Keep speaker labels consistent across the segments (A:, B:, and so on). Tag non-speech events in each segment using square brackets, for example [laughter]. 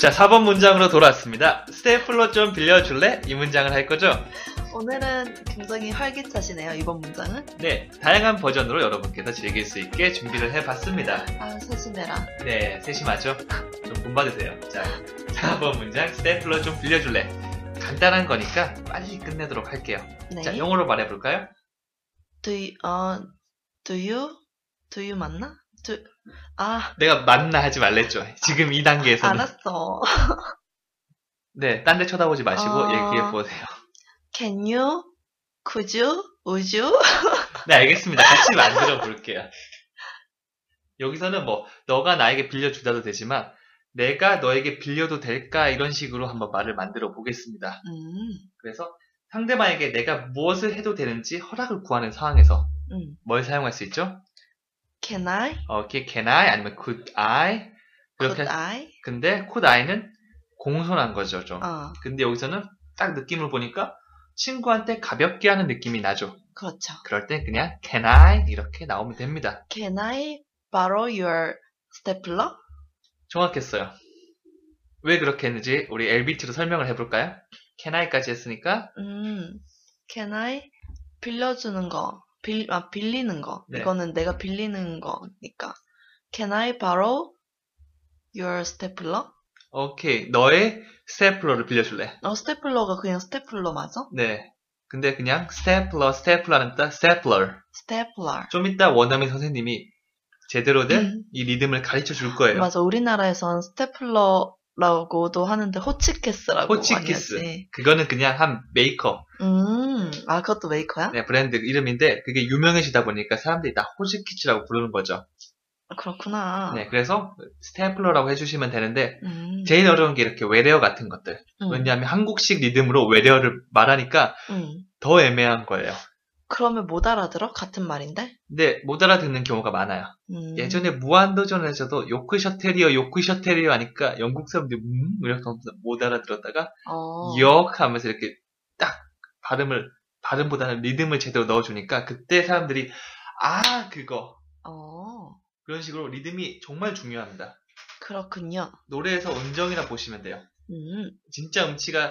A: 자, 4번 문장으로 돌아왔습니다. 스테플러 좀 빌려줄래? 이 문장을 할 거죠?
B: 오늘은 굉장히 활기차시네요, 이번 문장은.
A: 네, 다양한 버전으로 여러분께서 즐길 수 있게 준비를 해봤습니다.
B: 아, 사시네라.
A: 네, 셋이 맞죠? 좀 본받으세요. 자, 4번 문장 스테플러 좀 빌려줄래? 간단한 거니까 빨리 끝내도록 할게요.
B: 네.
A: 자, 영어로 말해볼까요?
B: Do you, 어, do you? do you 맞나? Do, 아,
A: 내가 맞나 하지 말랬죠. 지금 이 단계에서는.
B: 알았어.
A: 네, 딴 데 쳐다보지 마시고
B: 어.
A: 얘기해보세요.
B: Can you? Could you? Would you?
A: 네, 알겠습니다. 같이 만들어 볼게요. 여기서는 뭐, 너가 나에게 빌려주다도 되지만, 내가 너에게 빌려도 될까? 이런 식으로 한번 말을 만들어 보겠습니다.
B: 음,
A: 그래서 상대방에게 내가 무엇을 해도 되는지 허락을 구하는 상황에서
B: 음.
A: 뭘 사용할 수 있죠?
B: Can I?
A: 어, 이렇게 can I 아니면 could I 이렇게
B: Could
A: 할 수-
B: I?
A: 근데 could I는 공손한 거죠, 좀.
B: 어,
A: 근데 여기서는 딱 느낌을 보니까 친구한테 가볍게 하는 느낌이 나죠.
B: 그렇죠.
A: 그럴 땐 그냥 can I 이렇게 나오면 됩니다.
B: Can I borrow your stapler?
A: 정확했어요. 왜 그렇게 했는지 우리 LBT로 설명을 해볼까요? can I까지 했으니까
B: 음, can I? 빌려주는 거. 빌, 아, 빌리는 거.
A: 네.
B: 이거는 내가 빌리는 거니까. Can I borrow your stapler?
A: 오케이 너의 스테플러를 빌려줄래?
B: 어, 스테플러가 그냥 스테플러 맞아?
A: 네. 근데 그냥 스테플러 스테플러는 뜻 스테플러
B: 스테플러.
A: 좀 이따 원어민 선생님이 제대로 된 이 리듬을 가르쳐 줄 거예요.
B: 음. 맞아, 우리나라에선 스테플러라고도 하는데 호치키스라고
A: 호치키스.
B: 많이 하지.
A: 그거는 그냥 한 메이커,
B: 음, 아 그것도 메이커야?
A: 네, 브랜드 이름인데 그게 유명해지다 보니까 사람들이 다 호시키치라고 부르는 거죠.
B: 그렇구나.
A: 네, 그래서 스테플러라고 해주시면 되는데
B: 음,
A: 제일 어려운 게 이렇게 외래어 같은 것들.
B: 음,
A: 왜냐하면 한국식 리듬으로 외래어를 말하니까
B: 음.
A: 더 애매한 거예요.
B: 그러면 못 알아들어? 같은 말인데?
A: 근데 못 알아듣는 경우가 많아요.
B: 음,
A: 예전에 무한도전에서도 요크셔테리어, 요크셔테리어 하니까 영국 사람들이 음? 이렇게 하면서 못 알아들었다가
B: 어,
A: 역 하면서 이렇게 딱 발음을 발음보다는 리듬을 제대로 넣어주니까 그때 사람들이 아 그거
B: 어,
A: 그런 식으로 리듬이 정말 중요합니다.
B: 그렇군요.
A: 노래에서 음정이나 보시면 돼요.
B: 음,
A: 진짜 음치가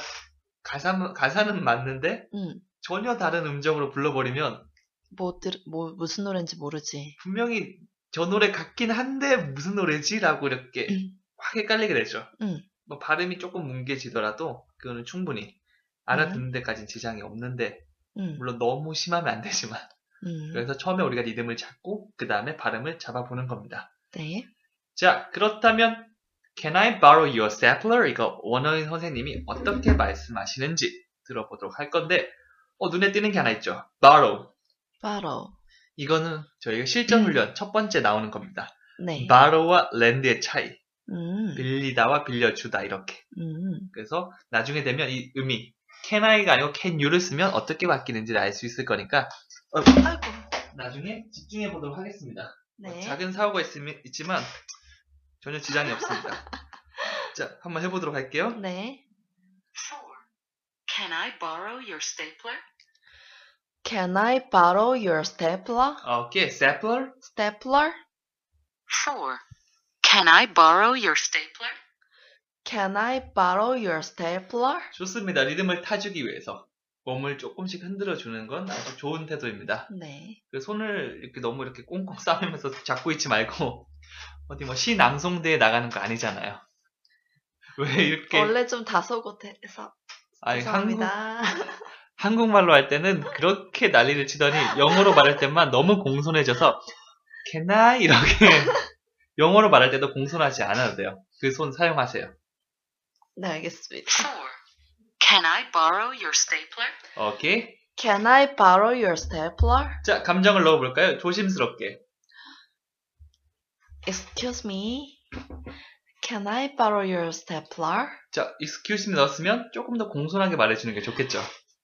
A: 가사 가사는 맞는데
B: 음,
A: 전혀 다른 음정으로 불러버리면
B: 뭐, 들, 뭐 무슨 노래인지 모르지.
A: 분명히 저 노래 같긴 한데 무슨 노래지라고 이렇게
B: 음.
A: 확 헷갈리게 되죠.
B: 음.
A: 뭐 발음이 조금 뭉개지더라도 그거는 충분히 알아듣는 데까지는 지장이 없는데
B: 음,
A: 물론 너무 심하면 안 되지만
B: 음,
A: 그래서 처음에 우리가 리듬을 잡고 그 다음에 발음을 잡아보는 겁니다.
B: 네.
A: 자 그렇다면 Can I borrow your stapler? 이거 원어민 선생님이 어떻게 말씀하시는지 들어보도록 할 건데 어, 눈에 띄는 게 하나 있죠. borrow
B: borrow.
A: 이거는 저희가 실전 훈련
B: 음.
A: 첫 번째 나오는 겁니다.
B: 네.
A: borrow와 lend의 차이
B: 음,
A: 빌리다와 빌려주다 이렇게
B: 음,
A: 그래서 나중에 되면 이 의미 can I가 아니고 can you를 쓰면 어떻게 바뀌는지를 알 수 있을 거니까
B: 아이고,
A: 나중에 집중해 보도록 하겠습니다.
B: 네.
A: 작은 사고가 있으면, 있지만 전혀 지장이
B: [laughs]
A: 없습니다. 자, 한번 해보도록 할게요.
B: 네.
C: 4. Can I borrow your stapler?
B: Can I borrow your stapler?
A: 오케이, stapler.
B: Stapler?
C: 4. Can I borrow your stapler?
B: Can I borrow your stapler?
A: 좋습니다. 리듬을 타주기 위해서 몸을 조금씩 흔들어 주는 건 아주 좋은 태도입니다.
B: 네.
A: 그 손을 이렇게 너무 이렇게 꽁꽁 [laughs] 싸매면서 잡고 있지 말고 어디 뭐 시낭송대에 나가는 거 아니잖아요. [laughs] 왜 이렇게
B: 원래 좀 다소곳해서
A: 아니, 한국,
B: 죄송합니다.
A: 한국말로 할 때는 그렇게 난리를 치더니 영어로 말할 때만 너무 공손해져서 can I 이렇게 [laughs] 영어로 말할 때도 공손하지 않아도 돼요. 그 손 사용하세요.
B: 네, 알겠습니다.
C: 4. Can I borrow your stapler?
A: 오케이.
B: Can I borrow your stapler?
A: 자, 감정을 넣어볼까요? 조심스럽게.
B: Excuse me. Can I borrow your stapler?
A: 자, excuse me 넣었으면 조금 더 공손하게 말해주는 게 좋겠죠.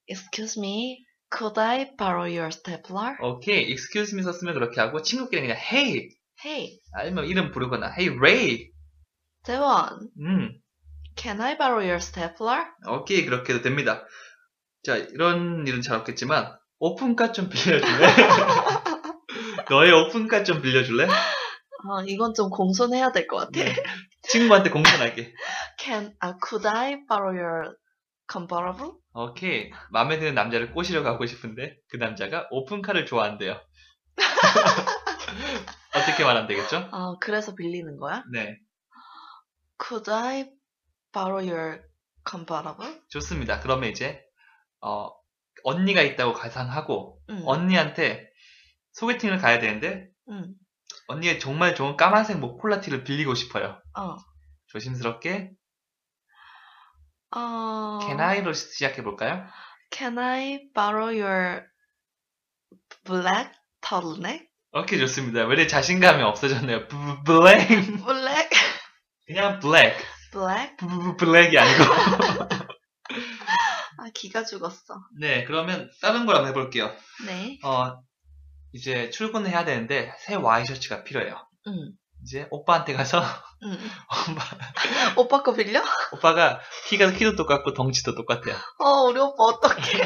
B: Excuse me. Could I borrow your stapler?
A: 오케이. excuse me 썼으면 그렇게 하고 친구끼리 그냥 hey
B: Hey,
A: 아니면 이름 부르거나 hey Ray.
B: 재원.
A: 음,
B: Can I borrow your stapler?
A: 오케이 그렇게 해도 됩니다. 자 이런 일은 잘 없겠지만 오픈카 좀 빌려줄래? [laughs] 너의 오픈카 좀 빌려줄래?
B: 아,
A: 네.
B: 어, 이건 좀 공손해야 될 것 같아.
A: 친구한테 공손하게
B: Can 아 could I borrow your comparable?
A: 오케이. 마음에 드는 남자를 꼬시러 가고 싶은데 그 남자가 오픈카를 좋아한대요. [laughs] 어떻게 말하면 되겠죠?
B: 아 그래서 빌리는 거야?
A: 네.
B: Could I borrow your comparable?
A: 좋습니다. 그러면 이제 어, 언니가 있다고 가상하고
B: 응.
A: 언니한테 소개팅을 가야 되는데
B: 응.
A: 언니의 정말 좋은 까만색 모콜라티를 빌리고 싶어요.
B: 어.
A: 조심스럽게
B: 어.
A: Can I로 시작해 볼까요?
B: Can I borrow your black turtleneck?
A: 오케이 좋습니다. 왜 이렇게 자신감이 없어졌나요? 부- 블랙
B: Black
A: 그냥 블랙
B: black?
A: 부부부 블랙이
B: [laughs]
A: 아니고
B: 아 기가 죽었어.
A: 네 그러면 다른 걸 한번 해볼게요.
B: 네.
A: 어 이제 출근을 해야 되는데 새 와이셔츠가 필요해요.
B: 응.
A: 이제 오빠한테 가서 [laughs]
B: 응. 음, 오빠 거 빌려?
A: 오빠가 키가 키도 똑같고 덩치도 똑같아요.
B: 어 우리 오빠 어떡해?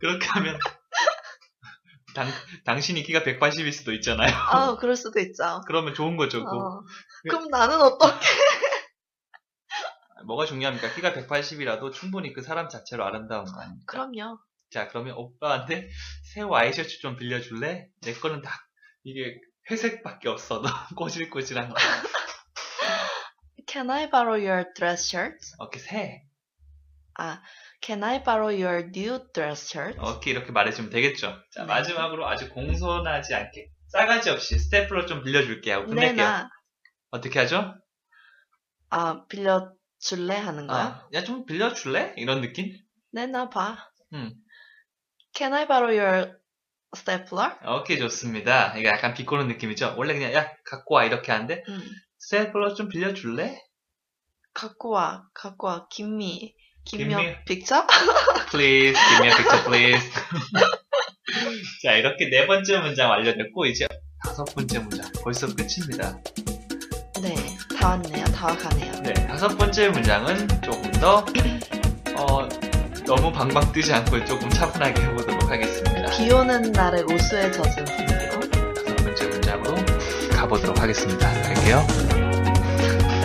A: 그렇게
B: [laughs]
A: 하면 당, 당신이 키가 180일 수도 있잖아요.
B: 아 그럴 수도 있죠.
A: 그러면 좋은 거죠. 그거.
B: 어. 그럼 나는 어떡해?
A: 뭐가 중요합니까? 키가 180이라도 충분히 그 사람 자체로 아름다운 거 아닙니까?
B: 그럼요.
A: 자, 그러면 오빠한테 새 와이셔츠 좀 빌려줄래? 내 거는 다 이게 회색밖에 없어. [laughs] 너 꼬질꼬질한 거.
B: Can I borrow your dress shirt?
A: 오케이, 새.
B: 아, can I borrow your new dress shirt?
A: 오케이, 이렇게 말해주면 되겠죠. 자,
B: 네.
A: 마지막으로 아주 공손하지 않게 싸가지 없이 스태프로 좀 빌려줄게 하고
B: 네,
A: 끝낼게요.
B: 나,
A: 어떻게 하죠?
B: 아, 빌려줄래? 하는 거야?
A: 아, 야, 좀 빌려줄래? 이런 느낌?
B: 네, 나 봐.
A: 음.
B: Can I borrow your stapler?
A: 오케이 좋습니다. 이거 약간 비꼬는 느낌이죠. 원래 그냥 야 갖고 와 이렇게 하는데
B: 음.
A: 스테플러 좀 빌려줄래?
B: 갖고 와, 갖고 와, 김미.
A: 김미.
B: 김명 픽처?
A: Please give me a picture, please. [laughs] 자 이렇게 네 번째 문장 완료됐고 이제 다섯 번째 문장 벌써 끝입니다.
B: 네, 다 왔네요. 다 와가네요.
A: 네 다섯 번째 문장은 조금 더 어, 너무 방방 뜨지 않고 조금 차분하게 해보도록 하겠습니다.
B: 비 오는 날에 우수에 젖은 분위기로.
A: 다섯 번째 문장으로 가보도록 하겠습니다. 갈게요.